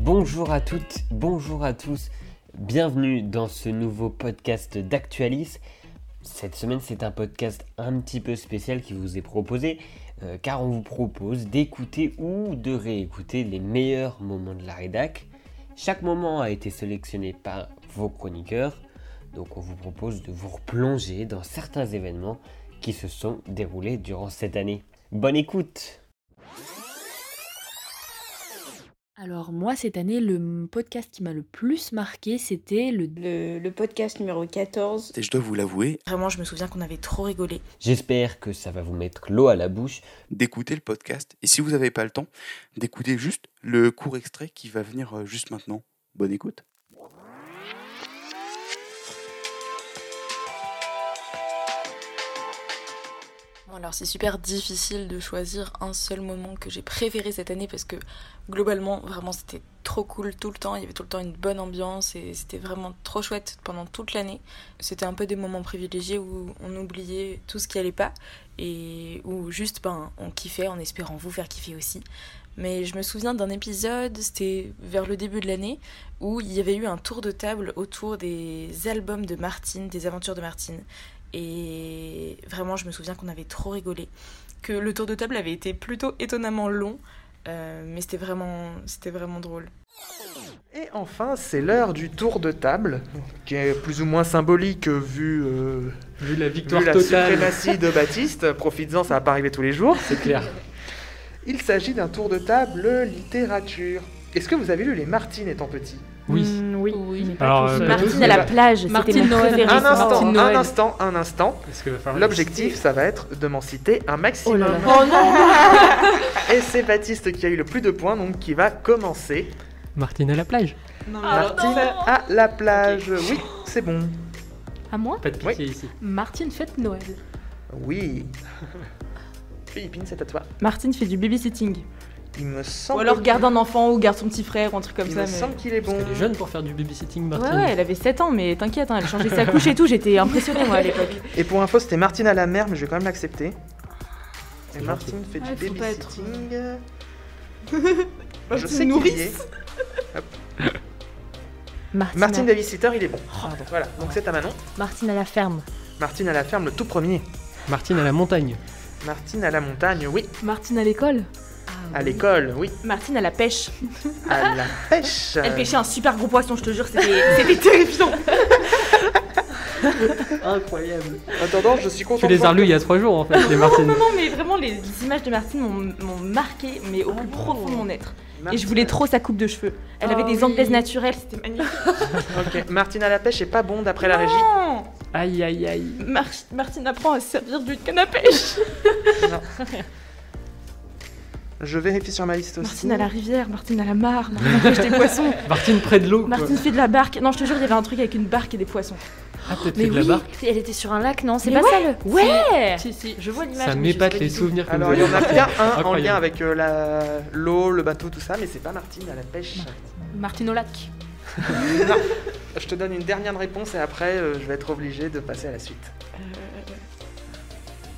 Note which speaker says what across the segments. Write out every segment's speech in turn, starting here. Speaker 1: Bonjour à toutes, bonjour à tous, bienvenue dans ce nouveau podcast d'Actualis. Cette semaine, c'est un podcast un petit peu spécial qui vous est proposé, euh, car on vous propose d'écouter ou de réécouter les meilleurs moments de la rédac. Chaque moment a été sélectionné par vos chroniqueurs, donc on vous propose de vous replonger dans certains événements qui se sont déroulés durant cette année. Bonne écoute
Speaker 2: Alors moi, cette année, le podcast qui m'a le plus marqué, c'était le...
Speaker 3: Le, le podcast numéro 14.
Speaker 4: Et je dois vous l'avouer,
Speaker 5: Vraiment, je me souviens qu'on avait trop rigolé.
Speaker 1: J'espère que ça va vous mettre l'eau à la bouche.
Speaker 4: d'écouter le podcast. Et si vous n'avez pas le temps, d'écouter juste le court extrait qui va venir euh, juste maintenant. Bonne écoute.
Speaker 5: Bon, alors c'est super difficile de choisir un seul moment que j'ai préféré cette année parce que globalement, vraiment, c'était trop cool tout le temps. Il y avait tout le temps une bonne ambiance et c'était vraiment trop chouette pendant toute l'année. C'était un peu des moments privilégiés où on oubliait tout ce qui allait pas et où juste, ben, on kiffait en espérant vous faire kiffer aussi. Mais je me souviens d'un épisode, c'était vers le début de l'année, où il y avait eu un tour de table autour des albums de Martine, des aventures de Martine. Et vraiment, je me souviens qu'on avait trop rigolé. Que le tour de table avait été plutôt étonnamment long, euh, mais c'était vraiment, c'était vraiment drôle.
Speaker 6: Et enfin, c'est l'heure du tour de table, qui est plus ou moins symbolique euh, vu, euh,
Speaker 7: Vu la
Speaker 6: vu
Speaker 7: victoire
Speaker 6: la
Speaker 7: totale,
Speaker 6: suprématie de Baptiste. Profites-en, ça va pas arriver tous les jours.
Speaker 7: c'est clair.
Speaker 6: Il s'agit d'un tour de table littérature. Est-ce que vous avez lu Les Martines étant petit
Speaker 7: Oui.
Speaker 8: Mm, oui.
Speaker 7: Alors, euh,
Speaker 8: Martine à la plage, c'était
Speaker 2: Martine
Speaker 8: mon
Speaker 2: Noël.
Speaker 8: préféré.
Speaker 6: Un instant,
Speaker 8: Martine
Speaker 6: un
Speaker 8: Noël.
Speaker 6: instant, un instant.
Speaker 7: parce que va falloir-
Speaker 6: L'objectif, ça va être de m'en citer un
Speaker 2: Oh
Speaker 6: maximum.
Speaker 2: là là.
Speaker 6: Et c'est Baptiste qui a eu le plus de points, donc qui va commencer.
Speaker 7: Martine à la plage.
Speaker 9: Ah,
Speaker 5: Ah,
Speaker 6: Martine à la plage. Oui, c'est bon.
Speaker 8: À moi
Speaker 7: Pas de pitié ici.
Speaker 8: Martine fête Noël.
Speaker 6: Oui. Philippine, c'est à toi.
Speaker 9: Martine fait du babysitting.
Speaker 6: Il me semble.
Speaker 9: Ou alors
Speaker 6: qu'il-
Speaker 9: garde un enfant ou garde son petit frère ou un truc comme
Speaker 6: Il
Speaker 9: ça.
Speaker 6: me
Speaker 9: mais-
Speaker 6: semble qu'il est bon.
Speaker 7: Parce qu'elle est jeune pour faire du babysitting,
Speaker 9: Ouais,
Speaker 7: Martine.
Speaker 9: ouais, elle avait 7 ans, mais t'inquiète, hein, elle changeait sa couche et tout, j'étais impressionnée moi à l'époque.
Speaker 6: Et pour info, c'était Martine à la mer, mais je vais quand même l'accepter. Et
Speaker 7: gentil.
Speaker 6: Martine fait
Speaker 9: Ouais,
Speaker 6: du
Speaker 9: faut pas être-
Speaker 6: babysitting. je
Speaker 9: Martine
Speaker 6: sais qu'il y est.
Speaker 9: nourrice.
Speaker 8: Martine,
Speaker 6: Martine
Speaker 8: à...
Speaker 6: babysitter, il est bon.
Speaker 9: Oh,
Speaker 6: voilà, donc c'est à Manon.
Speaker 8: Martine à la ferme.
Speaker 6: Martine à la ferme, le tout premier.
Speaker 7: Martine à la montagne.
Speaker 6: Martine à la montagne, oui.
Speaker 8: Martine à l'école.
Speaker 9: Ah
Speaker 6: À l'école, oui.
Speaker 9: Martine à la pêche.
Speaker 6: À la pêche.
Speaker 9: Elle pêchait un super gros poisson, je te jure, c'était c'était terrifiant.
Speaker 6: Incroyable. En attendant, je suis content.
Speaker 7: Tu les as relus il y a trois jours en fait, les Martines.
Speaker 9: Non, mais vraiment, les, les images de Martine m'ont m'ont marquée, mais au plus profond de mon être. Et je voulais trop sa coupe de cheveux. Elle avait
Speaker 2: Oh
Speaker 10: Ah
Speaker 9: des
Speaker 2: oui.
Speaker 9: anglaises naturelles, c'était magnifique.
Speaker 6: Ok, Martine à la pêche est pas bon d'après la régie.
Speaker 9: Non
Speaker 7: Aïe aïe aïe.
Speaker 9: Mar- Martine apprend à se servir d'une canne à pêche.
Speaker 6: Je vérifie sur ma liste aussi.
Speaker 9: Martine à la rivière, Martine à la mare, Martine pêche des poissons,
Speaker 7: Martine près de l'eau. quoi.
Speaker 9: Martine fait de la barque. Non, je te jure, il y avait un truc avec une barque et des poissons.
Speaker 7: Ah, peut-être fait
Speaker 8: Mais
Speaker 7: de la
Speaker 8: oui,
Speaker 7: barque.
Speaker 8: elle était sur un lac, non C'est
Speaker 9: Mais
Speaker 8: pas ça le
Speaker 9: Ouais
Speaker 8: Si, si, je vois l'image.
Speaker 7: Ça
Speaker 8: mais je
Speaker 7: m'épate
Speaker 8: sais pas
Speaker 7: les
Speaker 8: du tout.
Speaker 7: souvenirs que
Speaker 6: Alors,
Speaker 7: vous
Speaker 6: il y en a
Speaker 7: avez.
Speaker 6: bien un en
Speaker 7: Incroyable.
Speaker 6: lien avec euh, la- l'eau, le bateau, tout ça, mais c'est pas Martine à la pêche.
Speaker 8: Martine au lac.
Speaker 6: Non. Je te donne une dernière réponse et après, euh, je vais être obligé de passer à la suite.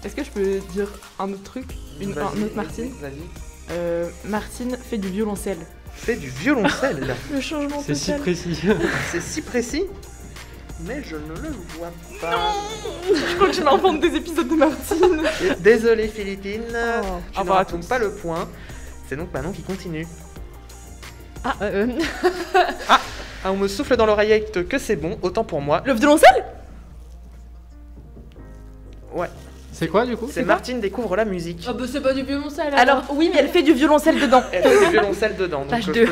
Speaker 9: Est-ce que je peux dire un autre truc Une,
Speaker 6: Vas-y,
Speaker 9: un autre Martine
Speaker 6: Vas-y.
Speaker 9: Euh, Martine fait du violoncelle.
Speaker 6: Fais du violoncelle.
Speaker 9: Le changement
Speaker 7: C'est si précis.
Speaker 6: c'est si précis, mais je ne le vois pas.
Speaker 9: Je crois que je m'invente des épisodes de Martine.
Speaker 6: Et Désolé, Philippine.
Speaker 9: Oh, au
Speaker 6: je ne
Speaker 9: revoir à
Speaker 6: raconte
Speaker 9: tous.
Speaker 6: pas le point. C'est donc Manon qui continue.
Speaker 8: Ah, euh, euh,
Speaker 6: Ah, on me souffle dans l'oreillette que c'est bon, autant pour moi.
Speaker 9: Le violoncelle
Speaker 7: C'est quoi du coup
Speaker 6: C'est Martine découvre la musique.
Speaker 8: bah c'est pas du violoncelle
Speaker 9: Alors oui, mais elle fait du violoncelle dedans.
Speaker 6: Elle fait du violoncelle dedans. Donc,
Speaker 8: Page
Speaker 6: euh,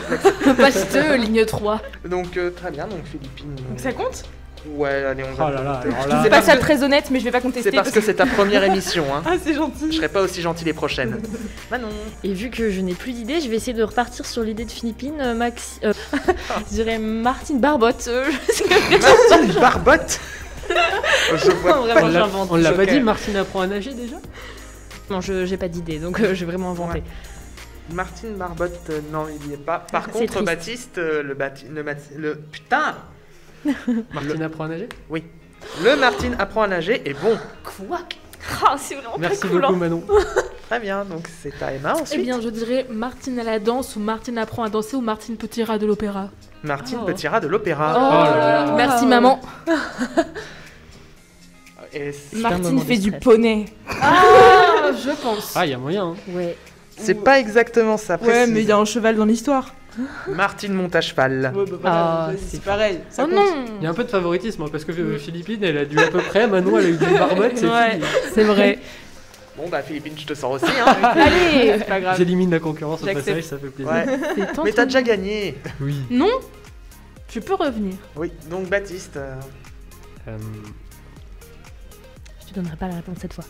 Speaker 8: 2. Page 2, ligne 3.
Speaker 6: donc euh, très bien, donc Philippine. euh,
Speaker 9: Donc ça compte
Speaker 6: Ouais, allez, on
Speaker 7: Oh
Speaker 6: va.
Speaker 7: là là, alors
Speaker 9: Je
Speaker 7: là.
Speaker 9: C'est pas
Speaker 6: parce
Speaker 9: ça
Speaker 6: que-
Speaker 9: très honnête, mais je vais pas
Speaker 6: C'est
Speaker 9: contester.
Speaker 6: parce que c'est ta première émission, hein.
Speaker 9: Ah, c'est
Speaker 6: Je
Speaker 9: gentil.
Speaker 6: serai pas aussi gentil les prochaines. Manon.
Speaker 8: Et vu que je n'ai plus d'idée, je vais essayer de repartir sur l'idée de Philippine, euh, Max. euh, je dirais Martine Barbotte. euh, je sais pas.
Speaker 6: Martine Barbotte. Je vois pas.
Speaker 7: On l'a- on l'a pas
Speaker 6: Ok.
Speaker 7: dit, Martine apprend à nager déjà
Speaker 8: non, je j'ai pas d'idée, donc euh, j'ai vraiment inventé.
Speaker 6: Martine Barbotte, euh, non, il n'y est pas. Par
Speaker 8: C'est
Speaker 6: contre,
Speaker 8: triste.
Speaker 6: Baptiste, euh, le, bati- le, mati- le- Putain
Speaker 7: Martine apprend à nager
Speaker 6: Le Martine apprend à nager et bon,
Speaker 11: Quack Ah, c'est vraiment
Speaker 7: Merci
Speaker 11: pas cool.
Speaker 7: beaucoup,
Speaker 11: hein.
Speaker 7: Manon.
Speaker 6: très bien, donc c'est à Emma
Speaker 10: Eh
Speaker 6: ensuite.
Speaker 10: bien, je dirais Martine à la danse ou Martine apprend à danser ou Martine petit rat de l'opéra.
Speaker 6: Martine
Speaker 10: Oh.
Speaker 6: Petira de
Speaker 10: Oh,
Speaker 6: l'opéra.
Speaker 7: là là.
Speaker 10: Merci maman.
Speaker 9: Oh.
Speaker 6: Et c'est-
Speaker 11: Martine fait du pot.
Speaker 5: poney.
Speaker 10: Ah, je pense.
Speaker 7: Ah, il y a moyen. hein.
Speaker 11: Ouais.
Speaker 6: c'est pas exactement ça.
Speaker 5: Ouais, mais il
Speaker 6: précise.
Speaker 5: y a un cheval dans l'histoire.
Speaker 6: Martine monte à cheval.
Speaker 5: Ouais, bah, voilà,
Speaker 11: Ah,
Speaker 6: Euh,
Speaker 5: vas-y,
Speaker 11: c'est
Speaker 5: c'est pareil. ça
Speaker 10: Oh
Speaker 5: compte.
Speaker 10: non
Speaker 7: Il y a un peu de favoritisme, hein, parce que euh, Philippine, elle a dû à peu près. Manon, elle a eu des barbottes. C'est
Speaker 11: Ouais.
Speaker 7: fini.
Speaker 11: C'est vrai.
Speaker 6: Bon bah Philippine, je te sors aussi. Hein.
Speaker 11: Allez
Speaker 5: C'est pas grave.
Speaker 7: J'élimine la concurrence au
Speaker 5: J'accepte.
Speaker 7: passage, ça fait plaisir.
Speaker 6: Ouais.
Speaker 10: c'est tentant.
Speaker 6: Mais t'as déjà gagné.
Speaker 7: Oui.
Speaker 10: Non Je peux revenir.
Speaker 6: Oui, donc Baptiste. euh,
Speaker 7: Euh,
Speaker 11: Je te donnerai pas la réponse cette fois.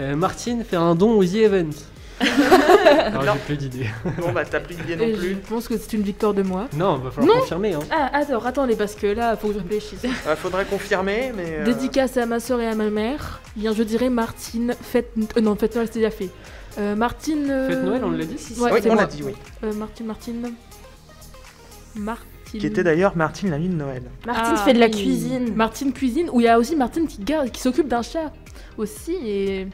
Speaker 7: euh, Martine fait un don aux The Event. Alors,
Speaker 6: Non.
Speaker 7: j'ai plus d'idées.
Speaker 6: Bon bah t'as plus d'idée
Speaker 10: Et
Speaker 6: non
Speaker 10: je
Speaker 6: plus.
Speaker 10: pense que c'est une victoire de moi.
Speaker 7: Non, va falloir confirmer. Hein.
Speaker 10: Ah, attends, attendez, parce que là, faut que je réfléchisse.
Speaker 6: Euh, faudrait confirmer, mais. euh,
Speaker 10: Dédicace à ma soeur et à ma mère. Bien, je dirais Martine, fête. euh, non, fête Noël, c'est déjà fait. Euh, Martine. euh,
Speaker 7: Fête Noël, on l'a dit
Speaker 10: Ouais,
Speaker 6: oui,
Speaker 10: c'est
Speaker 6: on
Speaker 10: moi.
Speaker 6: l'a dit, oui.
Speaker 10: Euh, Martine, Martine. Martine.
Speaker 6: Qui était d'ailleurs Martine la nuit de Noël.
Speaker 11: Martine
Speaker 10: Ah,
Speaker 11: fait de la
Speaker 10: oui.
Speaker 11: cuisine.
Speaker 10: Martine cuisine, où il y a aussi Martine qui garde, qui s'occupe d'un chat aussi. Et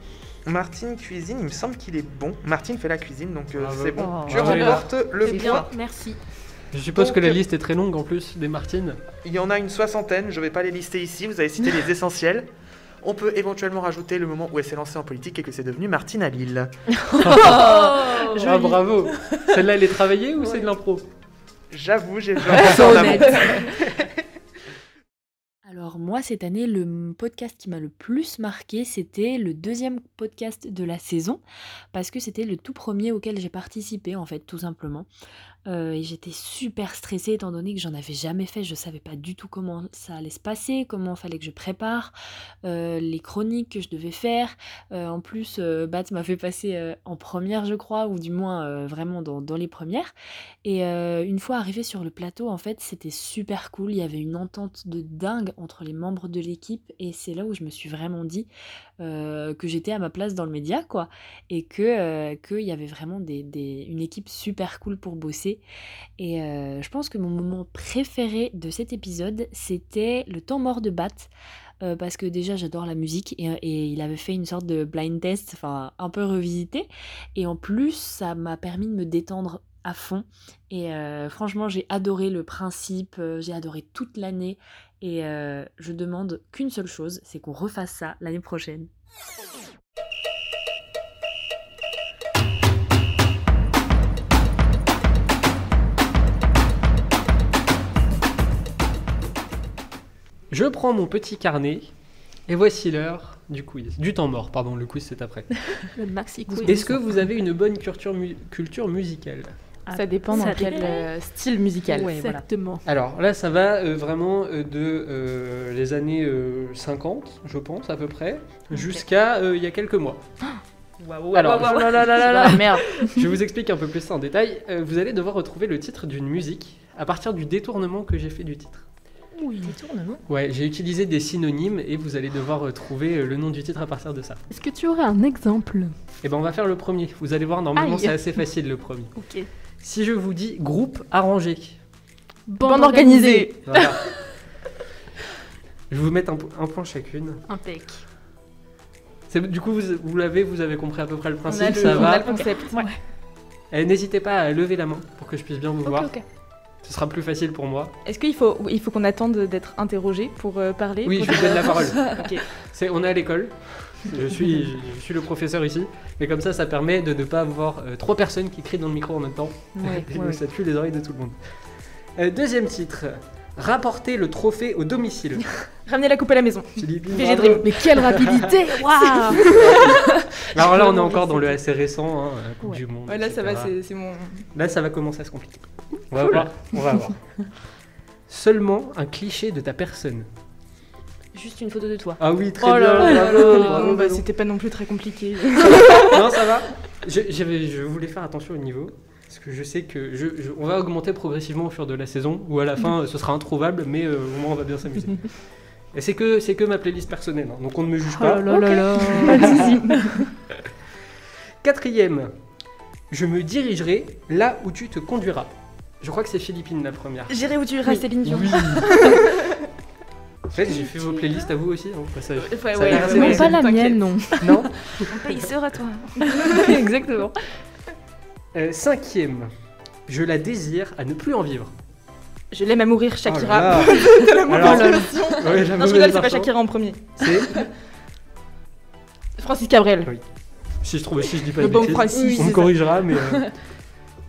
Speaker 6: Martine cuisine, il me semble qu'il est bon. Martine fait la cuisine, donc euh,
Speaker 7: Ah,
Speaker 6: c'est
Speaker 7: bah,
Speaker 6: bon.
Speaker 7: bon.
Speaker 6: tu
Speaker 7: Ah, voilà.
Speaker 6: remportes le
Speaker 10: c'est
Speaker 6: point.
Speaker 10: bien, merci.
Speaker 7: Je suppose
Speaker 6: Donc,
Speaker 7: que la
Speaker 6: euh,
Speaker 7: liste est très longue en plus des Martines.
Speaker 6: Il y en a une soixantaine, je vais pas les lister ici, vous avez cité les essentiels. On peut éventuellement rajouter le moment où elle s'est lancée en politique et que c'est devenu Martine à Lille.
Speaker 7: ah bravo Celle-là, elle est travaillée ou c'est de l'impro
Speaker 6: J'avoue, j'ai fait en amont.
Speaker 8: Alors moi, cette année, le m- podcast qui m'a le plus marqué, c'était le deuxième podcast de la saison, parce que c'était le tout premier auquel j'ai participé, en fait, tout simplement. Euh, et j'étais super stressée, étant donné que j'en avais jamais fait, je savais pas du tout comment ça allait se passer, comment fallait que je prépare, euh, les chroniques que je devais faire. Euh, en plus, euh, Bat m'a fait passer euh, en première, je crois, ou du moins euh, vraiment dans, dans les premières. Et euh, une fois arrivée sur le plateau, en fait, c'était super cool. Il y avait une entente de dingue entre les membres de l'équipe. Et c'est là où je me suis vraiment dit euh, que j'étais à ma place dans le média, quoi. Et que euh, qu'il y avait vraiment des, des- une équipe super cool pour bosser. Et euh, je pense que mon moment préféré de cet épisode, c'était le temps mort de Bat. euh, parce que déjà j'adore la musique et, et il avait fait une sorte de blind test, enfin un peu revisité. Et en plus ça m'a permis de me détendre à fond et euh, franchement, j'ai adoré le principe, euh, j'ai adoré toute l'année. Et euh, je demande qu'une seule chose, c'est qu'on refasse ça l'année prochaine.
Speaker 7: Je prends mon petit carnet et voici l'heure du quiz. Du temps mort, pardon, le quiz c'est après.
Speaker 10: Le maxi quiz.
Speaker 7: Est-ce que vous avez une bonne culture, mu- culture musicale
Speaker 5: Ça dépend
Speaker 11: Ça
Speaker 5: dans quel
Speaker 11: dépend.
Speaker 5: euh, style musical.
Speaker 11: Ouais, voilà.
Speaker 10: Exactement.
Speaker 7: Alors là, ça va euh, vraiment euh, de euh, les années euh, 50, je pense à peu près, jusqu'à euh, il y a quelques mois. Alors,
Speaker 11: Oh là là là
Speaker 8: Ah
Speaker 11: là là. Merde.
Speaker 7: je vous explique un peu plus ça en détail. Euh, vous allez devoir retrouver le titre d'une musique à partir du détournement que j'ai fait du titre.
Speaker 11: Détournement.
Speaker 7: Ouais, j'ai utilisé des synonymes et vous allez devoir euh, trouver euh, le nom du titre à partir de ça.
Speaker 10: Est-ce que tu aurais un exemple
Speaker 7: Et ben on va faire le premier. Vous allez voir, normalement
Speaker 10: Aïe.
Speaker 7: c'est assez facile le premier.
Speaker 10: Ok.
Speaker 7: Si je vous dis groupe arrangé,
Speaker 5: Bande organisée.
Speaker 7: voilà. je vais vous mettre un, po- un point chacune.
Speaker 10: Impec.
Speaker 7: C'est- Du coup, vous, vous l'avez, vous avez compris à peu près le
Speaker 5: On
Speaker 7: principe,
Speaker 5: a le,
Speaker 7: ça
Speaker 5: on a
Speaker 7: va.
Speaker 5: le concept.
Speaker 7: Eh, N'hésitez pas à lever la main pour que je puisse bien vous voir.
Speaker 10: ok.
Speaker 7: Ce sera plus facile pour moi.
Speaker 5: Est-ce qu'il faut, il faut qu'on attende d'être interrogé pour euh, parler
Speaker 7: Oui,
Speaker 5: pour
Speaker 7: je vous
Speaker 5: dire-
Speaker 7: donne la parole.
Speaker 5: Ok.
Speaker 7: C'est, on est à l'école. Je suis, je, je suis le professeur ici. Et comme ça, ça permet de ne pas avoir euh, trois personnes qui crient dans le micro en même temps.
Speaker 5: Ouais,
Speaker 7: Et
Speaker 5: ouais,
Speaker 7: donc,
Speaker 5: ouais.
Speaker 7: ça tue les oreilles de tout le monde. Euh, deuxième titre. Rapporter le trophée au domicile.
Speaker 5: Ramenez la coupe à la maison.
Speaker 7: Philippine,
Speaker 5: VG
Speaker 7: bravo.
Speaker 5: Dream.
Speaker 10: Mais quelle rapidité Waouh
Speaker 7: Alors là, on est encore dans le assez récent, hein, la Coupe
Speaker 10: Ouais.
Speaker 7: du Monde.
Speaker 5: Ouais, là, ça
Speaker 7: etc.
Speaker 5: va, c'est c'est mon.
Speaker 7: Là, ça va commencer à se compliquer. On va voir. On va voir. Seulement un cliché de ta personne.
Speaker 11: Juste une photo de toi.
Speaker 7: Ah oui, très
Speaker 5: Oh
Speaker 7: bien.
Speaker 5: là là là
Speaker 7: bravo,
Speaker 5: là là.
Speaker 7: bravo,
Speaker 5: Bon, bah,
Speaker 7: bravo.
Speaker 5: C'était pas non plus très compliqué.
Speaker 7: Non, ça va. Je, j'avais- je voulais faire attention au niveau. Parce que je sais que je, je- on va augmenter progressivement au fur de la saison, ou à la fin euh, ce sera introuvable, mais euh, au moins on va bien s'amuser. Et c'est que c'est que ma playlist personnelle, hein, donc on ne me juge
Speaker 8: Oh
Speaker 7: pas.
Speaker 5: Oh.
Speaker 7: Quatrième, je me dirigerai là où tu te conduiras. Je crois que c'est Philippine la première.
Speaker 5: J'irai où tu iras, Céline Dion.
Speaker 7: Oui. En fait, j'ai fait vos playlists à vous aussi, hein, au passage.
Speaker 5: Ouais,
Speaker 7: Ça a
Speaker 5: ouais,
Speaker 7: l'air
Speaker 5: ouais,
Speaker 7: assez
Speaker 5: ouais.
Speaker 7: bon.
Speaker 5: Pas la
Speaker 7: T'inquiète.
Speaker 5: mienne, non.
Speaker 7: Non
Speaker 5: Mon pays sera toi.
Speaker 11: Exactement.
Speaker 7: Euh, Cinquième. Je la désire à ne plus en vivre.
Speaker 5: Je l'aime à mourir, Shakira.
Speaker 7: Oh là là.
Speaker 5: T'as la mauvaise
Speaker 7: Alors-
Speaker 5: version.
Speaker 7: Ouais, la
Speaker 5: non, je rigole,
Speaker 7: mauvaise
Speaker 5: c'est pas
Speaker 7: version.
Speaker 5: Shakira en premier.
Speaker 7: C'est
Speaker 5: Francis Cabrel.
Speaker 7: Oui. Si je trouve, si je dis pas
Speaker 5: Le
Speaker 7: de
Speaker 5: bon
Speaker 7: bêtises,
Speaker 5: principe. Oui,
Speaker 7: on
Speaker 5: c'est
Speaker 7: me
Speaker 5: ça.
Speaker 7: corrigera, mais euh,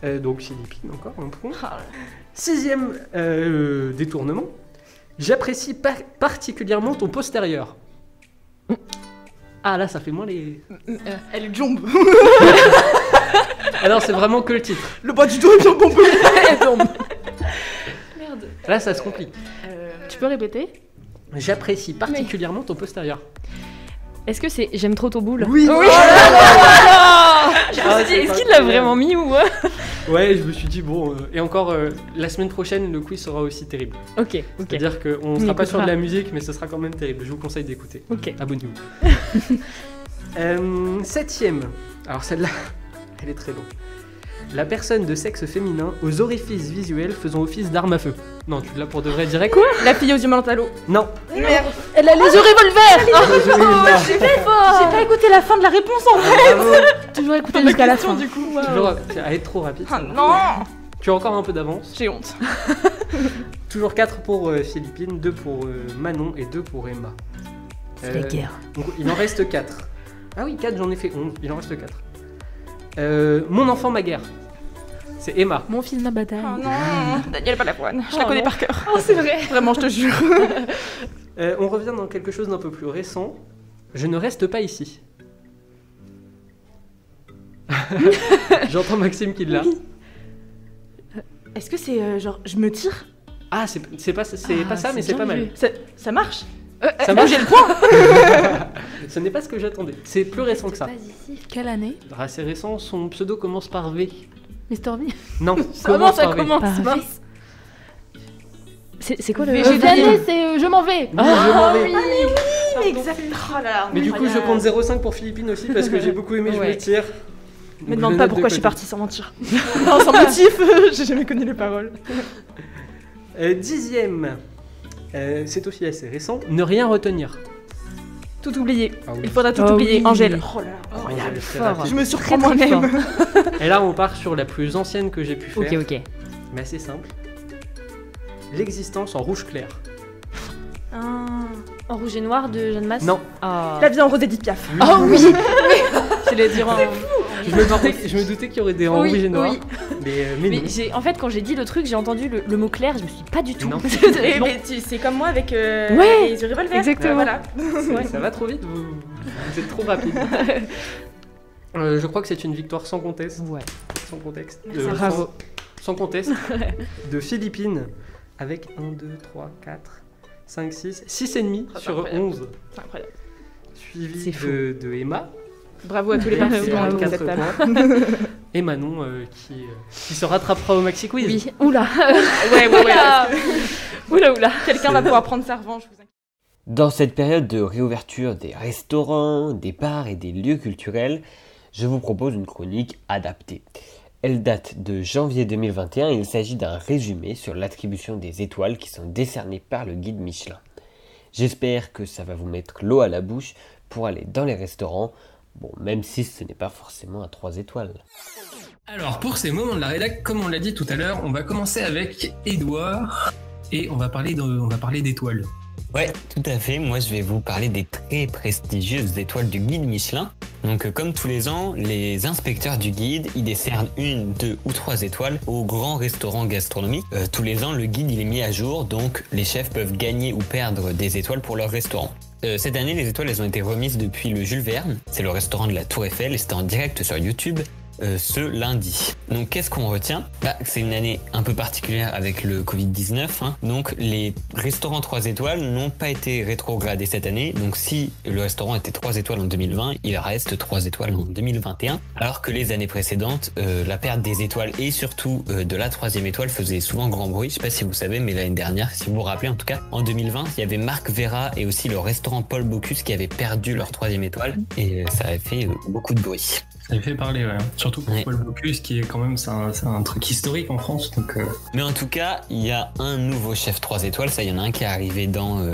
Speaker 7: euh, donc Philippine encore un point.
Speaker 5: Ah.
Speaker 7: Sixième euh, détournement. J'apprécie par- particulièrement ton postérieur. Ah là, ça fait moins les.
Speaker 5: Euh, Elle est jombe.
Speaker 7: Alors c'est vraiment que le titre.
Speaker 5: Le bas du dos est bien bombé. Elle tombe.
Speaker 11: Merde.
Speaker 7: Là, ça se complique.
Speaker 11: Tu peux répéter
Speaker 7: J'apprécie particulièrement ton postérieur.
Speaker 11: Est-ce que c'est J'aime trop ton boule
Speaker 7: Oui.
Speaker 11: Oh
Speaker 7: Oh là
Speaker 11: là là Je me suis
Speaker 7: Ah,
Speaker 11: dit,
Speaker 7: c'est
Speaker 11: est-ce
Speaker 7: pas
Speaker 11: qu'il l'a
Speaker 7: cool.
Speaker 11: vraiment mis ou
Speaker 7: Ouais, je me suis dit bon. euh, et encore, euh, la semaine prochaine, le quiz sera aussi terrible.
Speaker 11: Ok, ok.
Speaker 7: C'est-à-dire qu'on
Speaker 11: On
Speaker 7: ne sera pas
Speaker 11: écoutera.
Speaker 7: sur de la musique, mais ce sera quand même terrible. Je vous conseille d'écouter.
Speaker 11: Ok.
Speaker 7: Abonnez-vous. Euh, septième. Alors celle-là, elle est très longue. La personne de sexe féminin aux orifices visuels faisant office d'arme à feu. Non, tu l'as pour de vrai direct Quoi
Speaker 5: La fille aux yeux mal talons.
Speaker 7: Non.
Speaker 5: Merde.
Speaker 11: Elle a les yeux revolver
Speaker 7: J'ai
Speaker 5: J'ai pas écouté la fin de la réponse
Speaker 8: hein.
Speaker 5: en vrai.
Speaker 11: Toujours écouter jusqu'à la fin.
Speaker 5: Du coup, euh.
Speaker 7: Toujours, euh, elle est trop rapide.
Speaker 5: Ah,
Speaker 7: celle-là.
Speaker 5: non,
Speaker 7: Tu as encore un peu d'avance.
Speaker 5: j'ai honte.
Speaker 7: Toujours 4 pour euh, Philippine, 2 pour euh, Manon et 2 pour Emma. Euh,
Speaker 8: C'est
Speaker 11: Euh,
Speaker 8: la guerre.
Speaker 7: donc il en reste 4. Ah oui, 4, j'en ai fait 11. Il en reste 4. mon enfant, ma guerre. C'est Emma.
Speaker 10: Mon fils, ma bataille.
Speaker 5: Oh non, Daniel Balavoine, je la
Speaker 11: Oh
Speaker 5: connais
Speaker 11: non.
Speaker 5: par cœur.
Speaker 11: Oh, c'est vrai
Speaker 5: Vraiment, je te jure.
Speaker 7: Euh, on revient dans quelque chose d'un peu plus récent. Je ne reste pas ici. J'entends Maxime qui l'a.
Speaker 5: Est-ce que c'est euh, genre, je me tire
Speaker 7: Ah, c'est c'est pas, c'est
Speaker 11: Ah,
Speaker 7: pas ça, mais
Speaker 11: c'est
Speaker 7: c'est pas
Speaker 11: bien
Speaker 7: mal.
Speaker 11: vu.
Speaker 5: ça, ça marche
Speaker 7: Ça marche, j'ai le point Ce n'est pas ce que j'attendais. C'est plus récent que ça.
Speaker 11: ici.
Speaker 10: Quelle année
Speaker 7: Assez récent, son pseudо commence par V.
Speaker 10: Mister V
Speaker 7: Non,
Speaker 5: Comment
Speaker 7: commence
Speaker 5: ça
Speaker 7: par V.
Speaker 5: commence
Speaker 11: Parfait.
Speaker 5: mince
Speaker 11: C'est c'est quoi le.
Speaker 10: Euh, Vianney, c'est euh, Je m'en vais.
Speaker 7: Oui,
Speaker 5: Oh,
Speaker 7: je m'en vais.
Speaker 5: Exactement. Oh là là,
Speaker 7: Mais du coup, je
Speaker 5: incroyable.
Speaker 7: compte 0,5 pour Philippine aussi parce que j'ai beaucoup aimé, je
Speaker 5: Ouais.
Speaker 7: me tire. Donc,
Speaker 5: Me demande
Speaker 7: je
Speaker 5: pas
Speaker 7: note de
Speaker 5: pourquoi je suis
Speaker 7: côté.
Speaker 5: partie sans mentir. non, sans motif, j'ai jamais connu les paroles.
Speaker 7: Euh, dixième, Euh, c'est aussi assez récent, ne rien retenir.
Speaker 5: Tout oublié.
Speaker 7: Ah oui.
Speaker 5: Il faudra tout
Speaker 11: Ah
Speaker 5: oublier.
Speaker 11: oui.
Speaker 5: Angèle. Oh là là.
Speaker 7: Incroyable, très
Speaker 11: fort.
Speaker 7: rapide.
Speaker 5: Je me surprends
Speaker 11: Très, très
Speaker 5: moi-même.
Speaker 7: Et là, on part sur la plus ancienne que j'ai pu faire,
Speaker 11: Ok, ok.
Speaker 7: mais assez simple. L'existence en rouge clair.
Speaker 5: Ah,
Speaker 11: En rouge et noir de Jeanne Masse
Speaker 7: Non,
Speaker 11: Ah.
Speaker 5: La vie en rose Edith Piaf. Ah
Speaker 11: Oh oui
Speaker 5: Je l'ai dit en.
Speaker 7: je me doutais, je me doutais qu'il y aurait des en
Speaker 11: Oui,
Speaker 7: rouge et noir,
Speaker 11: oui.
Speaker 7: mais, euh, mais
Speaker 11: Mais
Speaker 7: non.
Speaker 11: j'ai- en fait, quand j'ai dit le truc, j'ai entendu le, le mot clair, je me suis dit, pas du tout.
Speaker 7: Non.
Speaker 5: Eh,
Speaker 11: Non.
Speaker 5: mais tu- c'est comme moi avec euh,
Speaker 11: Ouais.
Speaker 5: les yeux revolver.
Speaker 11: Exactement.
Speaker 5: Voilà.
Speaker 7: C'est- Ça va trop vite, vous, vous êtes trop rapide. Euh, je crois que c'est une victoire sans conteste.
Speaker 11: Ouais.
Speaker 7: Sans contexte.
Speaker 5: Merci.
Speaker 7: euh,
Speaker 5: Bravo.
Speaker 7: Sans, sans conteste. de Philippines. Avec 1, 2, 3, 4, 5, 6. 6 ennemis
Speaker 5: Ah,
Speaker 7: sur
Speaker 5: incroyable.
Speaker 7: 11.
Speaker 5: C'est incroyable.
Speaker 7: Suivi
Speaker 11: C'est fou.
Speaker 7: de, de Emma.
Speaker 5: Bravo à tous les
Speaker 7: Et
Speaker 5: participants
Speaker 7: avec
Speaker 5: autour de
Speaker 7: quatre
Speaker 5: cette table.
Speaker 7: points. Et Manon euh, qui, euh, qui se rattrapera au Maxi Quiz.
Speaker 11: Oui. Oula
Speaker 7: Eh,
Speaker 5: Ouais, ouais, ouais.
Speaker 11: Oula. Oula, oula
Speaker 5: Quelqu'un va pouvoir prendre sa revanche. vous inquiétez
Speaker 12: Dans cette période de réouverture des restaurants, des bars et des lieux culturels, je vous propose une chronique adaptée. Elle date de janvier 2021 et il s'agit d'un résumé sur l'attribution des étoiles qui sont décernées par le guide Michelin. J'espère que ça va vous mettre l'eau à la bouche pour aller dans les restaurants, bon même si ce n'est pas forcément à 3 étoiles.
Speaker 7: Alors pour ces moments de la rédac, comme on l'a dit tout à l'heure, on va commencer avec Edouard et on va parler de, on va parler d'étoiles.
Speaker 1: Ouais, tout à fait. Moi, je vais vous parler des très prestigieuses étoiles du guide Michelin. Donc, euh, comme tous les ans, les inspecteurs du guide, ils décernent une, deux ou trois étoiles aux grands restaurants gastronomiques. Euh, tous les ans, le guide, il est mis à jour, donc les chefs peuvent gagner ou perdre des étoiles pour leur restaurant. Euh, cette année, les étoiles, elles ont été remises depuis le Jules Verne. C'est le restaurant de la Tour Eiffel et c'était en direct sur YouTube. euh, ce lundi. Donc qu'est-ce qu'on retient bah, que C'est une année un peu particulière avec le Covid-19. hein. Donc les restaurants 3 étoiles n'ont pas été rétrogradés cette année. Donc si le restaurant était 3 étoiles en 2020, il reste 3 étoiles en 2021. Alors que les années précédentes, euh, la perte des étoiles et surtout euh, de la troisième étoile faisait souvent grand bruit. Je sais pas si vous savez, mais l'année dernière, si vous vous rappelez en tout cas, en 2020, il y avait Marc Vera et aussi le restaurant Paul Bocuse qui avaient perdu leur troisième étoile. Et euh, ça avait fait euh, beaucoup de bruit.
Speaker 13: Ça avait fait parler, ouais. hein. Surtout pour Paul Bocuse, qui est quand même c'est un, c'est un truc historique en France. Donc, euh,
Speaker 1: Mais en tout cas, il y a un nouveau chef 3 étoiles. Ça, il y en a un qui est arrivé dans, euh,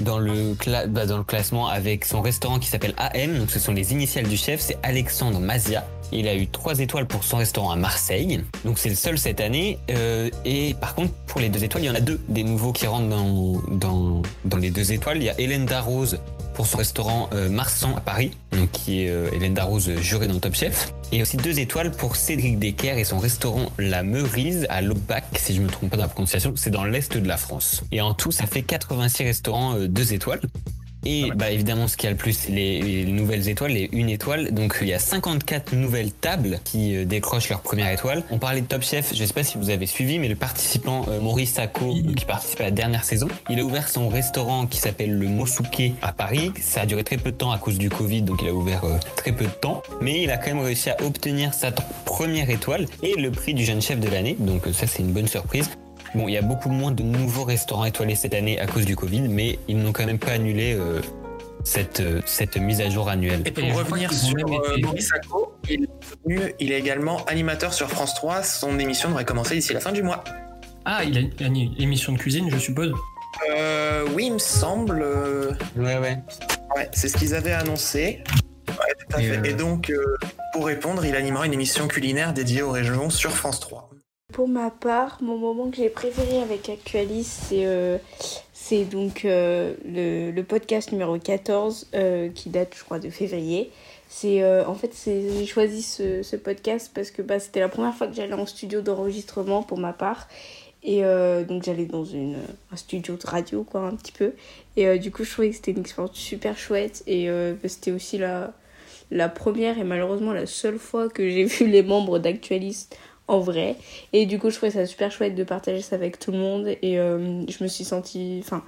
Speaker 1: dans, le, cla- bah, dans le classement avec son restaurant qui s'appelle AM. Donc, ce sont les initiales du chef. C'est Alexandre Mazia. Il a eu 3 étoiles pour son restaurant à Marseille. Donc, c'est le seul cette année. Euh, et par contre, pour les 2 étoiles, il y en a deux des nouveaux qui rentrent dans, dans, dans les 2 étoiles. Il y a Hélène Darroze pour son restaurant euh, Marsan à Paris, donc qui est euh, Hélène Darroze euh, jurée dans Top Chef. Et aussi deux étoiles pour Cédric Decker et son restaurant La Meurise à Laubac, si je me trompe pas dans la prononciation, c'est dans l'est de la France. Et en tout, ça fait 86 restaurants 2 étoiles. Et bah, évidemment, ce qu'il y a le plus, c'est les, les nouvelles étoiles, les une étoile. Donc, il y a 54 nouvelles tables qui euh, décrochent leur première étoile. On parlait de Top Chef, je sais pas si vous avez suivi, mais le participant euh, Maurice Sacco, euh, qui participait à la dernière saison, il a ouvert son restaurant qui s'appelle le Mosuke à Paris. Ça a duré très peu de temps à cause du Covid, donc il a ouvert euh, très peu de temps. Mais il a quand même réussi à obtenir sa t- première étoile et le prix du jeune chef de l'année. Donc, euh, ça, c'est une bonne surprise. Bon, il y a beaucoup moins de nouveaux restaurants étoilés cette année à cause du Covid, mais ils n'ont quand même pas annulé euh, cette, euh, cette mise à jour annuelle.
Speaker 14: Et pour revenir sur euh, Maurice Sacco, il est, devenu- il est également animateur sur France 3. Son émission devrait commencer d'ici la fin du mois.
Speaker 13: Ah, il a une- une émission de cuisine, je suppose.
Speaker 14: Euh, oui, il me semble. euh,
Speaker 1: Ouais, ouais.
Speaker 14: Ouais, c'est ce qu'ils avaient annoncé. Ouais, tout à
Speaker 13: Et,
Speaker 14: fait.
Speaker 13: euh,
Speaker 14: Et donc, euh, pour répondre, il animera une émission culinaire dédiée aux régions sur France 3.
Speaker 9: Pour ma part, mon moment que j'ai préféré avec Actualis, c'est euh, c'est donc euh, le, le podcast numéro 14 euh, qui date, je crois, de février. C'est euh, en fait, c'est- j'ai choisi ce, ce podcast parce que bah, c'était la première fois que j'allais en studio d'enregistrement pour ma part. Et euh, donc j'allais dans une, un studio de radio, quoi, un petit peu. Et euh, du coup, je trouvais que c'était une expérience super chouette. Et euh, bah, c'était aussi la, la première et malheureusement la seule fois que j'ai vu les membres d'Actualiste en vrai. Et du coup, je trouvais ça super chouette de partager ça avec tout le monde. Et euh, je me suis sentie. Enfin,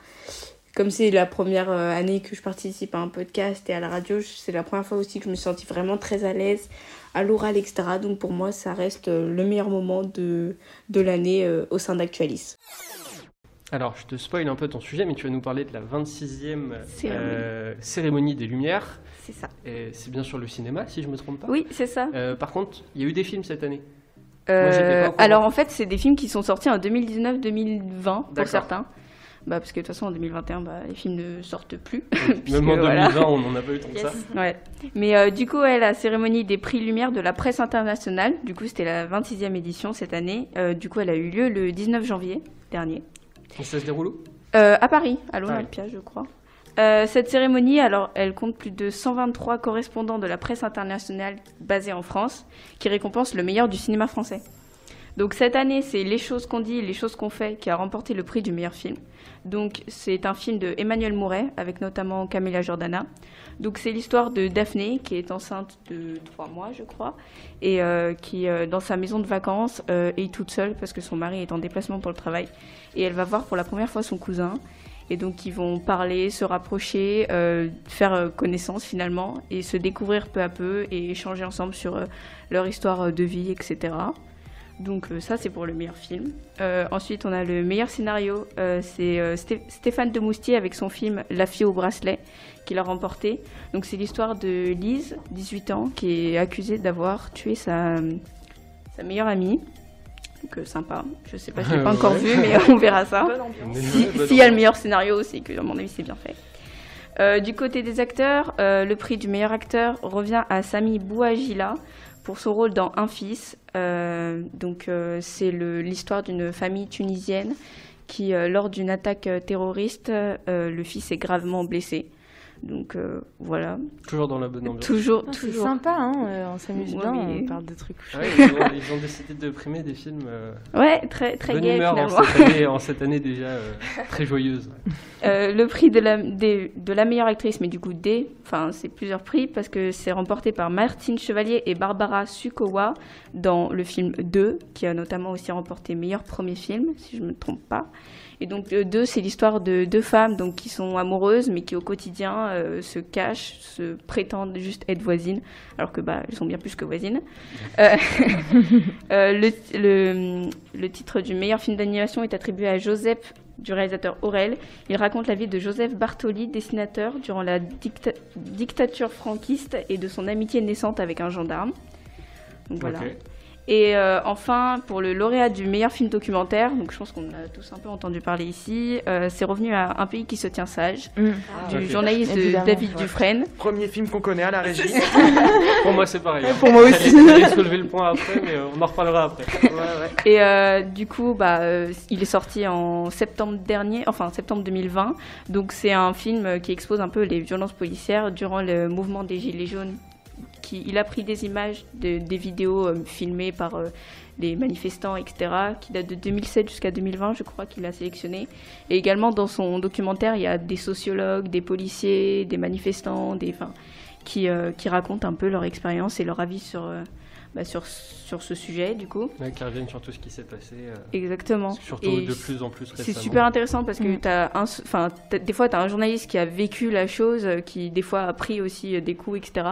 Speaker 9: comme c'est la première euh, année que je participe à un podcast et à la radio, je- c'est la première fois aussi que je me suis sentie vraiment très à l'aise à l'oral, etc. Donc pour moi, ça reste euh, le meilleur moment de, de l'année euh, au sein d'Actualis.
Speaker 7: Alors, je te spoil un peu ton sujet, mais tu vas nous parler de la 26e euh,
Speaker 15: Cérémonie.
Speaker 7: cérémonie des Lumières.
Speaker 15: C'est ça.
Speaker 7: Et c'est bien sur le cinéma, si je me trompe pas.
Speaker 15: Oui, c'est ça.
Speaker 7: Euh, par contre, il y a eu des films cette année. Moi, j'étais
Speaker 9: Euh,
Speaker 7: pas au courant.
Speaker 9: alors en fait, c'est des films qui sont sortis en 2019-2020 pour
Speaker 7: D'accord.
Speaker 9: certains. Bah, parce que de toute façon, en 2021, bah, les films ne sortent plus.
Speaker 7: Même en
Speaker 9: puisque, voilà.
Speaker 7: 2020, on n'en a pas eu tant que ça.
Speaker 9: Ouais. Mais euh, du coup, ouais, la cérémonie des prix Lumière de la presse internationale, du coup, c'était la 26e édition cette année. Euh, du coup, elle a eu lieu le 19 janvier dernier.
Speaker 7: Et ça se déroule où
Speaker 9: Euh, à Paris, à l'Olympia,
Speaker 7: Paris.
Speaker 9: je crois. Euh, cette cérémonie, alors, elle compte plus de 123 correspondants de la presse internationale basée en France, qui récompense le meilleur du cinéma français. Donc cette année, c'est Les choses qu'on dit, les choses qu'on fait qui a remporté le prix du meilleur film. Donc c'est un film de Emmanuel Mouret, avec notamment Camilla Jordana. Donc c'est l'histoire de Daphné, qui est enceinte de trois mois, je crois, et euh, qui, euh, dans sa maison de vacances, euh, est toute seule parce que son mari est en déplacement pour le travail. Et elle va voir pour la première fois son cousin. Et donc ils vont parler, se rapprocher, euh, faire euh, connaissance finalement, et se découvrir peu à peu, et échanger ensemble sur euh, leur histoire euh, de vie, etc. Donc euh, ça c'est pour le meilleur film. Euh, ensuite on a le meilleur scénario, euh, c'est euh, Sté- Stéphane de Moustier avec son film La fille au bracelet qui l'a remporté. Donc c'est l'histoire de Lise, 18 ans, qui est accusée d'avoir tué sa, sa meilleure amie. Donc euh, sympa, je sais pas, je l'ai pas
Speaker 11: Ouais.
Speaker 9: encore vu mais on verra ça.
Speaker 11: Bonne ambiance.
Speaker 9: Si-
Speaker 7: bah
Speaker 11: Bonne
Speaker 9: S'il y a le
Speaker 11: ambiance.
Speaker 9: meilleur scénario aussi, que à mon avis c'est bien fait. Euh, du côté des acteurs, euh, le prix du meilleur acteur revient à Sami Bouagila pour son rôle dans Un fils. Euh, donc euh, c'est le- l'histoire d'une famille tunisienne qui, euh, lors d'une attaque euh, terroriste, euh, le fils est gravement blessé. Donc euh, voilà.
Speaker 7: Toujours dans la bonne ambiance.
Speaker 9: Toujours,
Speaker 11: Ah, c'est
Speaker 9: toujours.
Speaker 11: sympa, hein, euh, on s'amuse
Speaker 9: Ouais,
Speaker 11: bien,
Speaker 9: mais-
Speaker 11: on parle de trucs
Speaker 7: Ah ouais, ils, ont, ils ont décidé de primer des films. euh,
Speaker 9: Ouais, très- très
Speaker 7: bonne
Speaker 9: gay,
Speaker 7: humeur En
Speaker 9: finalement.
Speaker 7: cette année, en cette année déjà euh, très joyeuse.
Speaker 9: Euh, le prix de la, des- de la meilleure actrice, mais du coup D, enfin c'est plusieurs prix parce que c'est remporté par Martine Chevalier et Barbara Sukowa dans le film 2, qui a notamment aussi remporté meilleur premier film, si je ne me trompe pas. Et donc le 2, c'est l'histoire de deux femmes donc, qui sont amoureuses, mais qui au quotidien euh, se cachent, se prétendent juste être voisines, alors que bah, elles sont bien plus que voisines. Euh, euh, le, le, le titre du meilleur film d'animation est attribué à Joseph du réalisateur Aurel. Il raconte la vie de Joseph Bartoli, dessinateur durant la dicta- dictature franquiste et de son amitié naissante avec un gendarme. Donc voilà.
Speaker 15: Ok.
Speaker 9: Et euh, enfin, pour le lauréat du meilleur film documentaire, donc je pense qu'on a tous un peu entendu parler ici, euh, c'est revenu à Un pays qui se tient sage, du
Speaker 6: Ok.
Speaker 9: journaliste
Speaker 6: Évidemment,
Speaker 9: David
Speaker 6: ouais.
Speaker 9: Dufresne.
Speaker 6: Premier film qu'on connaît à la régie.
Speaker 7: Pour moi, c'est pareil. hein.
Speaker 9: Ouais, pour moi aussi.
Speaker 7: J'allais j'allais soulever le point après, mais euh, on en reparlera après.
Speaker 9: Et euh, du coup, bah, euh, il est sorti en septembre dernier, enfin septembre 2020. Donc c'est un film euh, qui expose un peu les violences policières durant le mouvement des Gilets jaunes. Qui, il a pris des images, de- des vidéos euh, filmées par euh, les manifestants, etc., qui datent de 2007 jusqu'à 2020, je crois qu'il a sélectionné. Et également dans son documentaire, il y a des sociologues, des policiers, des manifestants, des, enfin, qui, euh, qui racontent un peu leur expérience et leur avis sur, euh, bah, sur, sur ce sujet, du coup.
Speaker 7: Ouais, qui reviennent sur tout ce qui s'est passé. euh,
Speaker 9: Exactement.
Speaker 7: Surtout
Speaker 9: Et
Speaker 7: de plus en plus récemment.
Speaker 9: C'est super intéressant parce que t'as un, enfin, t'as- des fois, tu as un journaliste qui a vécu la chose, euh, qui des fois a pris aussi euh, des coups, etc.,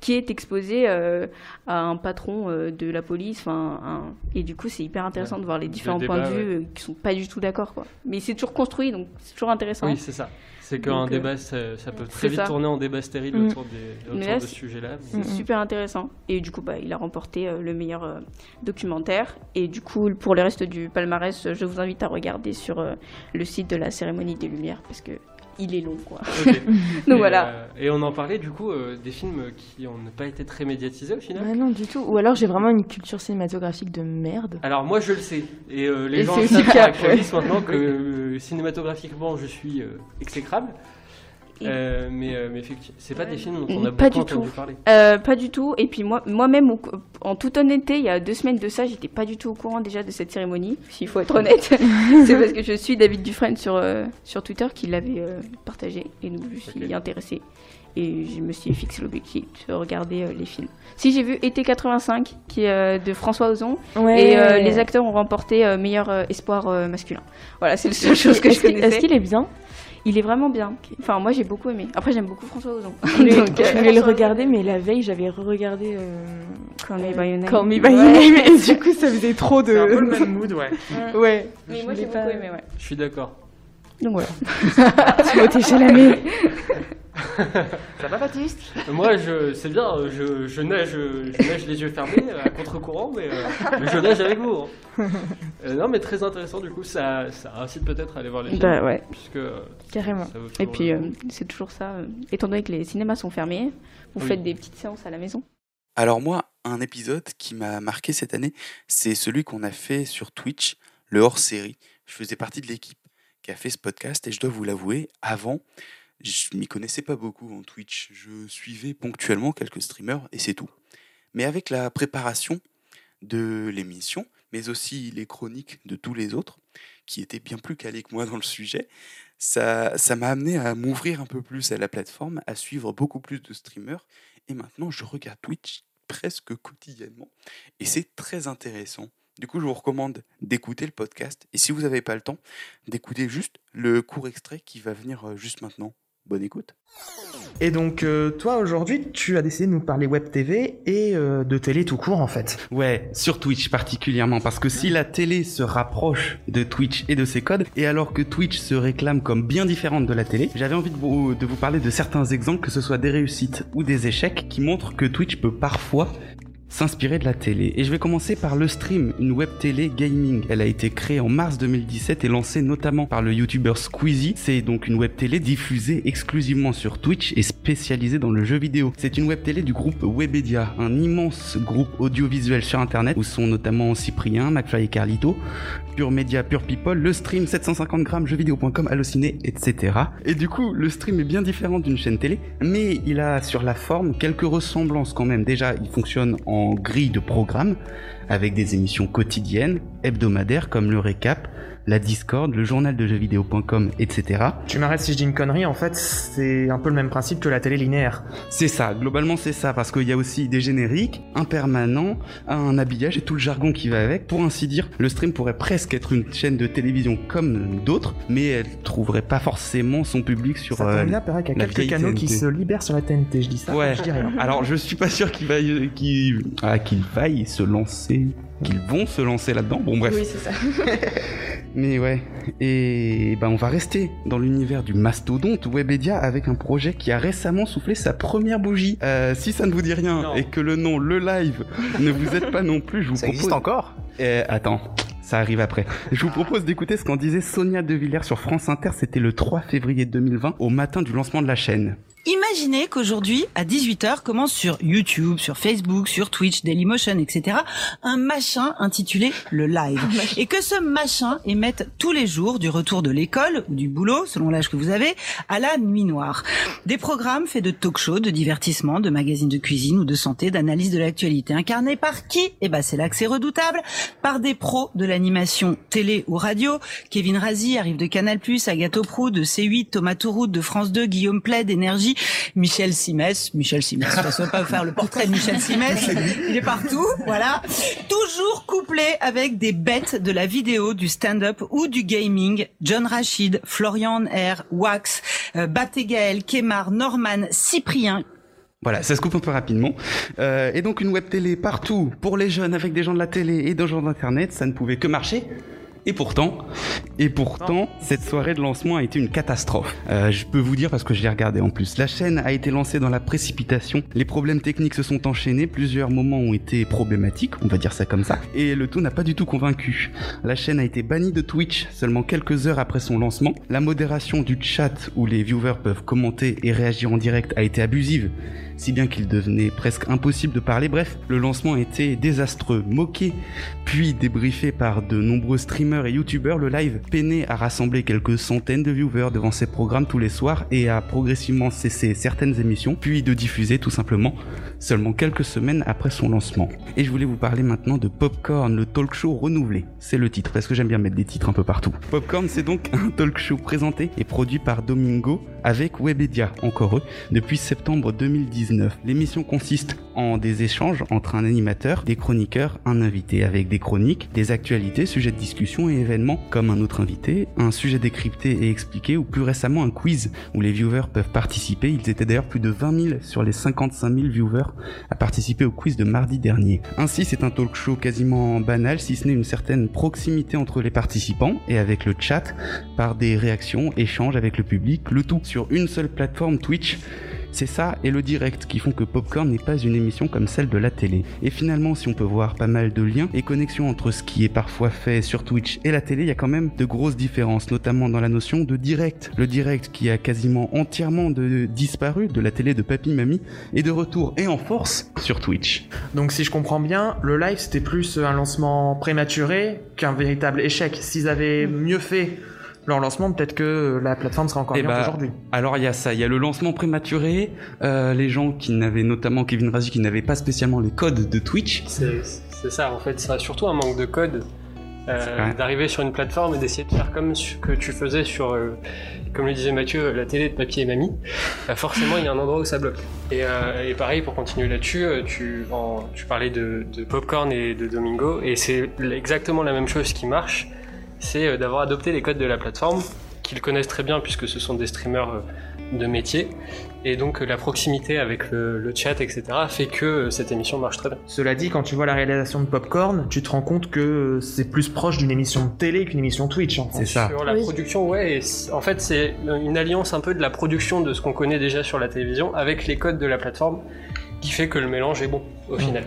Speaker 9: qui est exposé euh, à un patron euh, de la police. enfin, un- Et du coup, c'est hyper intéressant
Speaker 7: Ouais.
Speaker 9: de voir les
Speaker 7: Le
Speaker 9: différents
Speaker 7: débat,
Speaker 9: points de vue
Speaker 7: ouais.
Speaker 9: euh, qui sont pas du tout d'accord. quoi. Mais c'est toujours construit, donc c'est toujours intéressant.
Speaker 7: Oui, c'est ça. C'est qu'un
Speaker 9: Donc, euh,
Speaker 7: débat, ça, ça peut
Speaker 9: c'est
Speaker 7: très vite
Speaker 9: ça.
Speaker 7: tourner en débat stérile
Speaker 9: Mm.
Speaker 7: autour, des, autour
Speaker 9: Mais là,
Speaker 7: de
Speaker 9: c'est- Mm.
Speaker 7: ce sujet-là. mais-
Speaker 9: C'est super intéressant. Et du coup, bah, il a remporté euh, le meilleur euh, documentaire. Et du coup, pour le reste du palmarès, euh, je vous invite à regarder sur euh, le site de la cérémonie des Lumières parce que il est long, quoi.
Speaker 7: Ok.
Speaker 9: Donc
Speaker 7: et,
Speaker 9: voilà.
Speaker 7: euh, et on en parlait du coup euh, des films qui n'ont pas été très médiatisés au final.
Speaker 15: Bah non, du tout. Ou alors j'ai vraiment une culture cinématographique de merde.
Speaker 7: Alors moi je le sais, et euh, les
Speaker 15: Et
Speaker 7: gens
Speaker 15: c'est
Speaker 7: le
Speaker 15: aussi
Speaker 7: savent
Speaker 15: le
Speaker 7: par
Speaker 15: cas,
Speaker 7: Actalis
Speaker 15: ouais.
Speaker 7: maintenant que euh, cinématographiquement je suis euh, exécrable. Euh, mais euh, mais effectivement, c'est pas des films dont on a
Speaker 9: Pas
Speaker 7: beaucoup
Speaker 9: du tout.
Speaker 7: entendu parler.
Speaker 9: Euh, pas du tout. Et puis moi, moi-même, au cou- en toute honnêteté, il y a deux semaines de ça, j'étais pas du tout au courant déjà de cette cérémonie. S'il faut être honnête, c'est parce que je suis David Dufresne sur euh, sur Twitter qui l'avait euh, partagé et donc je me suis intéressée et je me suis fixé l'objectif de regarder euh, les films. Si j'ai vu Été 85 qui est euh, de François Ozon
Speaker 15: Ouais.
Speaker 9: et euh, les acteurs ont remporté euh, meilleur euh, espoir euh, masculin. Voilà, c'est la seule
Speaker 15: Est-ce
Speaker 9: chose que
Speaker 15: qu'il-
Speaker 9: je
Speaker 15: est-ce qu'il-
Speaker 9: connaissais.
Speaker 15: est-ce qu'il est bien
Speaker 9: Il est vraiment bien. Enfin, moi j'ai beaucoup aimé. Après, j'aime beaucoup François Ozon.
Speaker 15: Je voulais,
Speaker 9: Donc,
Speaker 15: je
Speaker 9: euh,
Speaker 15: voulais le regarder, mais la veille, j'avais re-regardé. euh,
Speaker 9: Call Me By Your Name.
Speaker 15: Call Me By Your
Speaker 9: Ouais.
Speaker 15: Name, et du coup, ça faisait trop de.
Speaker 6: C'est un peu le même mood, ouais.
Speaker 15: ouais.
Speaker 9: Mais
Speaker 15: Je
Speaker 9: moi j'ai
Speaker 15: voulais
Speaker 9: beaucoup
Speaker 15: pas-
Speaker 9: aimé, ouais.
Speaker 7: Je suis d'accord.
Speaker 9: Donc voilà.
Speaker 15: Timothée Chalamet.
Speaker 7: Ça va Baptiste Euh, Moi je c'est bien, euh, je, je nage euh, je nage les yeux fermés euh, à contre-courant mais, euh, mais je nage avec vous. hein. Euh, non mais très intéressant du coup ça ça incite peut-être à aller voir les films
Speaker 9: Bah ouais.
Speaker 7: puisque euh,
Speaker 15: Carrément.
Speaker 7: ça vaut toujours
Speaker 9: Et puis
Speaker 7: le-
Speaker 9: euh, c'est toujours ça. euh, étant donné que les cinémas sont fermés, vous
Speaker 4: Oui.
Speaker 9: faites des petites séances à la maison.
Speaker 4: Alors moi, un épisode qui m'a marqué cette année, c'est celui qu'on a fait sur Twitch, le hors-série. Je faisais partie de l'équipe qui a fait ce podcast et je dois vous l'avouer, avant, je m'y connaissais pas beaucoup en Twitch. Je suivais ponctuellement quelques streamers et c'est tout. Mais avec la préparation de l'émission, mais aussi les chroniques de tous les autres, qui étaient bien plus calés que moi dans le sujet, ça ça m'a amené à m'ouvrir un peu plus à la plateforme, à suivre beaucoup plus de streamers. Et maintenant, je regarde Twitch presque quotidiennement. Et c'est très intéressant. Du coup, je vous recommande d'écouter le podcast. Et si vous n'avez pas le temps, d'écouter juste le court extrait qui va venir euh, juste maintenant. Bonne écoute.
Speaker 6: Et donc, euh, toi, aujourd'hui, tu as décidé de nous parler web TV et euh, de télé tout court, en fait.
Speaker 4: Ouais, sur Twitch particulièrement, parce que si la télé se rapproche de Twitch et de ses codes, et alors que Twitch se réclame comme bien différente de la télé, j'avais envie de vous, de vous parler de certains exemples, que ce soit des réussites ou des échecs, qui montrent que Twitch peut parfois s'inspirer de la télé. Et je vais commencer par le stream, une web télé gaming. Elle a été créée en mars 2017 et lancée notamment par le youtubeur Squeezie. C'est donc une web télé diffusée exclusivement sur Twitch et spécialisée dans le jeu vidéo. C'est une web télé du groupe Webedia, un immense groupe audiovisuel sur internet où sont notamment Cyprien, McFly et Carlito, Pure Media, Pure People, le stream 750 grammes, jeuxvideo.com, halluciné, etc. Et du coup, le stream est bien différent d'une chaîne télé, mais il a sur la forme quelques ressemblances quand même. Déjà, il fonctionne en grille de programme, avec des émissions quotidiennes, hebdomadaires comme le récap, la Discord, le journal de jeuxvideo.com, etc.
Speaker 6: Tu m'arrêtes si je dis une connerie, en fait, c'est un peu le même principe que la télé linéaire.
Speaker 4: C'est ça, globalement c'est ça, parce qu'il y a aussi des génériques, un permanent, un habillage et tout le jargon qui va avec. Pour ainsi dire, le stream pourrait presque être une chaîne de télévision comme d'autres, mais elle trouverait pas forcément son public sur
Speaker 6: Ça
Speaker 4: euh,
Speaker 6: tombe bien, pareil, qu'il y
Speaker 4: la
Speaker 6: a quelques
Speaker 4: vieille
Speaker 6: canaux qui
Speaker 4: TNT.
Speaker 6: se libèrent sur la TNT, je dis ça,
Speaker 4: Ouais.
Speaker 6: je dis rien.
Speaker 4: Alors je suis pas sûr qu'il va qu'il ah, qu'il faille se lancer. qu'ils vont se lancer là-dedans. Bon, bref.
Speaker 5: Oui, c'est ça.
Speaker 4: Mais ouais, et ben on va rester dans l'univers du mastodonte Webedia avec un projet qui a récemment soufflé sa première bougie. Euh, si ça ne vous dit rien et que le nom Le Live ne vous aide pas non plus, je vous
Speaker 16: Ça
Speaker 4: propose...
Speaker 16: existe encore
Speaker 4: Euh, Attends, ça arrive après. Je vous propose d'écouter ce qu'en disait Sonia De Villers sur France Inter, c'était le 3 février 2020, au matin du lancement de la chaîne.
Speaker 17: Imaginez qu'aujourd'hui, à 18h, commence sur YouTube, sur Facebook, sur Twitch, Dailymotion, etc., un machin intitulé le live. Et que ce machin émette tous les jours, du retour de l'école ou du boulot, selon l'âge que vous avez, à la nuit noire. Des programmes faits de talk show, de divertissement, de magazines de cuisine ou de santé, d'analyse de l'actualité. Incarnés par qui Eh ben, c'est là que c'est redoutable. Par des pros de l'animation télé ou radio. Kevin Razi arrive de Canal+, Agathe Prou, de C8, Thomas Touroute, de France 2, Guillaume Play, d'Énergie, Michel Simès, Michel Simès, de toute façon, on va pas vous faire le portrait de Michel Simès, il est partout, voilà. Toujours couplé avec des bêtes de la vidéo, du stand-up ou du gaming, John Rachid, Florian R, Wax, euh, Bategaël, Kemar, Norman, Cyprien,
Speaker 4: Voilà, ça se coupe un peu rapidement. Euh, et donc une web télé partout, pour les jeunes, avec des gens de la télé et des gens d'internet, ça ne pouvait que marcher. Et pourtant, et pourtant, cette soirée de lancement a été une catastrophe. Euh, je peux vous dire parce que je l'ai regardé en plus. La chaîne a été lancée dans la précipitation. Les problèmes techniques se sont enchaînés. Plusieurs moments ont été problématiques, on va dire ça comme ça. Et le tout n'a pas du tout convaincu. La chaîne a été bannie de Twitch seulement quelques heures après son lancement. La modération du chat où les viewers peuvent commenter et réagir en direct a été abusive si bien qu'il devenait presque impossible de parler. Bref, le lancement était désastreux, moqué, puis débriefé par de nombreux streamers et youtubeurs. Le live peinait à rassembler quelques centaines de viewers devant ses programmes tous les soirs et à progressivement cesser certaines émissions, puis de diffuser tout simplement seulement quelques semaines après son lancement. Et je voulais vous parler maintenant de Popcorn, le talk show renouvelé. C'est le titre, parce que j'aime bien mettre des titres un peu partout. Popcorn, c'est donc un talk show présenté et produit par Domingo avec Webedia, encore eux, depuis septembre 2019. L'émission consiste en des échanges entre un animateur, des chroniqueurs, un invité, avec des chroniques, des actualités, sujets de discussion et événements, comme un autre invité, un sujet décrypté et expliqué, ou plus récemment un quiz, où les viewers peuvent participer. Ils étaient d'ailleurs plus de 20 000 sur les 55 000 viewers à participer au quiz de mardi dernier. Ainsi, c'est un talk show quasiment banal, si ce n'est une certaine proximité entre les participants et avec le chat, par des réactions, échanges avec le public, le tout sur une seule plateforme Twitch. C'est ça et le direct qui font que Popcorn n'est pas une émission comme celle de la télé. Et finalement, si on peut voir pas mal de liens et connexions entre ce qui est parfois fait sur Twitch et la télé, il y a quand même de grosses différences, notamment dans la notion de direct. Le direct qui a quasiment entièrement de- disparu de la télé de Papy Mamie est de retour et en force sur Twitch.
Speaker 6: Donc si je comprends bien, le live c'était plus euh, un lancement prématuré qu'un véritable échec. S'ils avaient mieux fait leur lancement, peut-être que euh, la plateforme serait encore
Speaker 4: Eh
Speaker 6: bien
Speaker 4: bah,
Speaker 6: aujourd'hui.
Speaker 4: Alors il y a ça, il y a le lancement prématuré, euh, les gens qui n'avaient notamment Kevin Razi qui n'avaient pas spécialement les codes de Twitch.
Speaker 7: C'est c'est ça, en fait, ça a surtout un manque de code. euh,
Speaker 4: vrai.
Speaker 7: d'arriver sur une plateforme et d'essayer de faire comme ce que tu faisais sur, euh, comme le disait Mathieu, la télé de papier et mamie, Bah, forcément il y a un endroit où ça bloque. Et, euh, et pareil, pour continuer là-dessus, euh, tu, en- tu parlais de, de Popcorn et de Domingo, et c'est l- exactement la même chose qui marche, c'est euh, d'avoir adopté les codes de la plateforme, qu'ils connaissent très bien puisque ce sont des streamers euh, de métier, et donc euh, la proximité avec le, le chat, etc., fait que euh, cette émission marche très bien.
Speaker 6: Cela dit, quand tu vois la réalisation de Popcorn, tu te rends compte que euh, c'est plus proche d'une émission de télé qu'une émission Twitch. en fait.
Speaker 7: Sur la production, ouais. et c- en fait, c'est une alliance un peu de la production de ce qu'on connaît déjà sur la télévision avec les codes de la plateforme qui fait que le mélange est bon au final.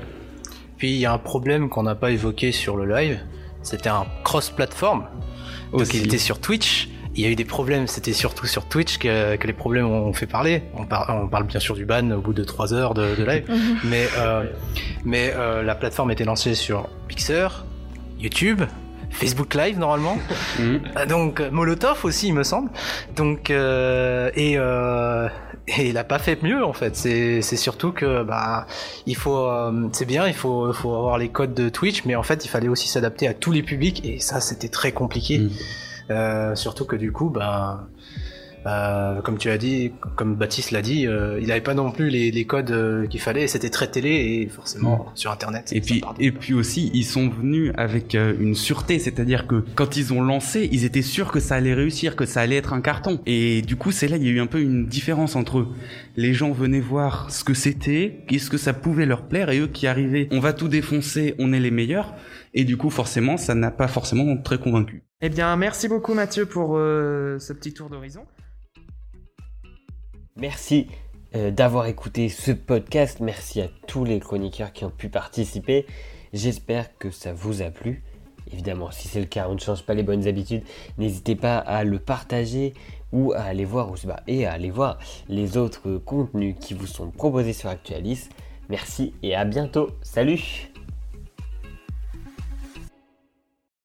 Speaker 16: Puis il y a un problème qu'on n'a pas évoqué sur le live, c'était un cross-platform. Donc
Speaker 4: Aussi.
Speaker 16: il était sur Twitch. Il y a eu des problèmes, c'était surtout sur Twitch que, que les problèmes ont fait parler. On, par- on parle bien sûr du ban au bout de 3 heures de, de live,
Speaker 18: Mhm.
Speaker 16: mais, euh, mais euh, la plateforme était lancée sur Mixer, YouTube, Facebook Live normalement, Ah, donc euh, Molotov aussi il me semble. Donc euh, et euh, et il a pas fait mieux en fait. C'est c'est surtout que bah il faut euh, c'est bien il faut faut avoir les codes de Twitch, mais en fait il fallait aussi s'adapter à tous les publics et ça c'était très compliqué.
Speaker 6: Mm.
Speaker 16: Euh, surtout que du coup bah euh, comme tu as dit, comme Baptiste l'a dit, euh, il n'avait pas non plus les, les codes euh, qu'il fallait. C'était très télé et forcément sur Internet.
Speaker 4: Mm. Et puis, et puis aussi, ils sont venus avec euh, une sûreté, c'est-à-dire que quand ils ont lancé, ils étaient sûrs que ça allait réussir, que ça allait être un carton. Et du coup, c'est là, il y a eu un peu une différence entre eux. Les gens venaient voir ce que c'était, qu'est-ce que ça pouvait leur plaire, et eux qui arrivaient, on va tout défoncer, on est les meilleurs. Et du coup, forcément, ça n'a pas forcément très convaincu.
Speaker 6: Eh bien, merci beaucoup Mathieu pour euh, ce petit tour d'horizon.
Speaker 1: Merci euh, d'avoir écouté ce podcast. Merci à tous les chroniqueurs qui ont pu participer. J'espère que ça vous a plu. Évidemment, si c'est le cas, on ne change pas les bonnes habitudes. N'hésitez pas à le partager ou à aller voir ou- bah, et à aller voir les autres contenus qui vous sont proposés sur Actualis. Merci et à bientôt. Salut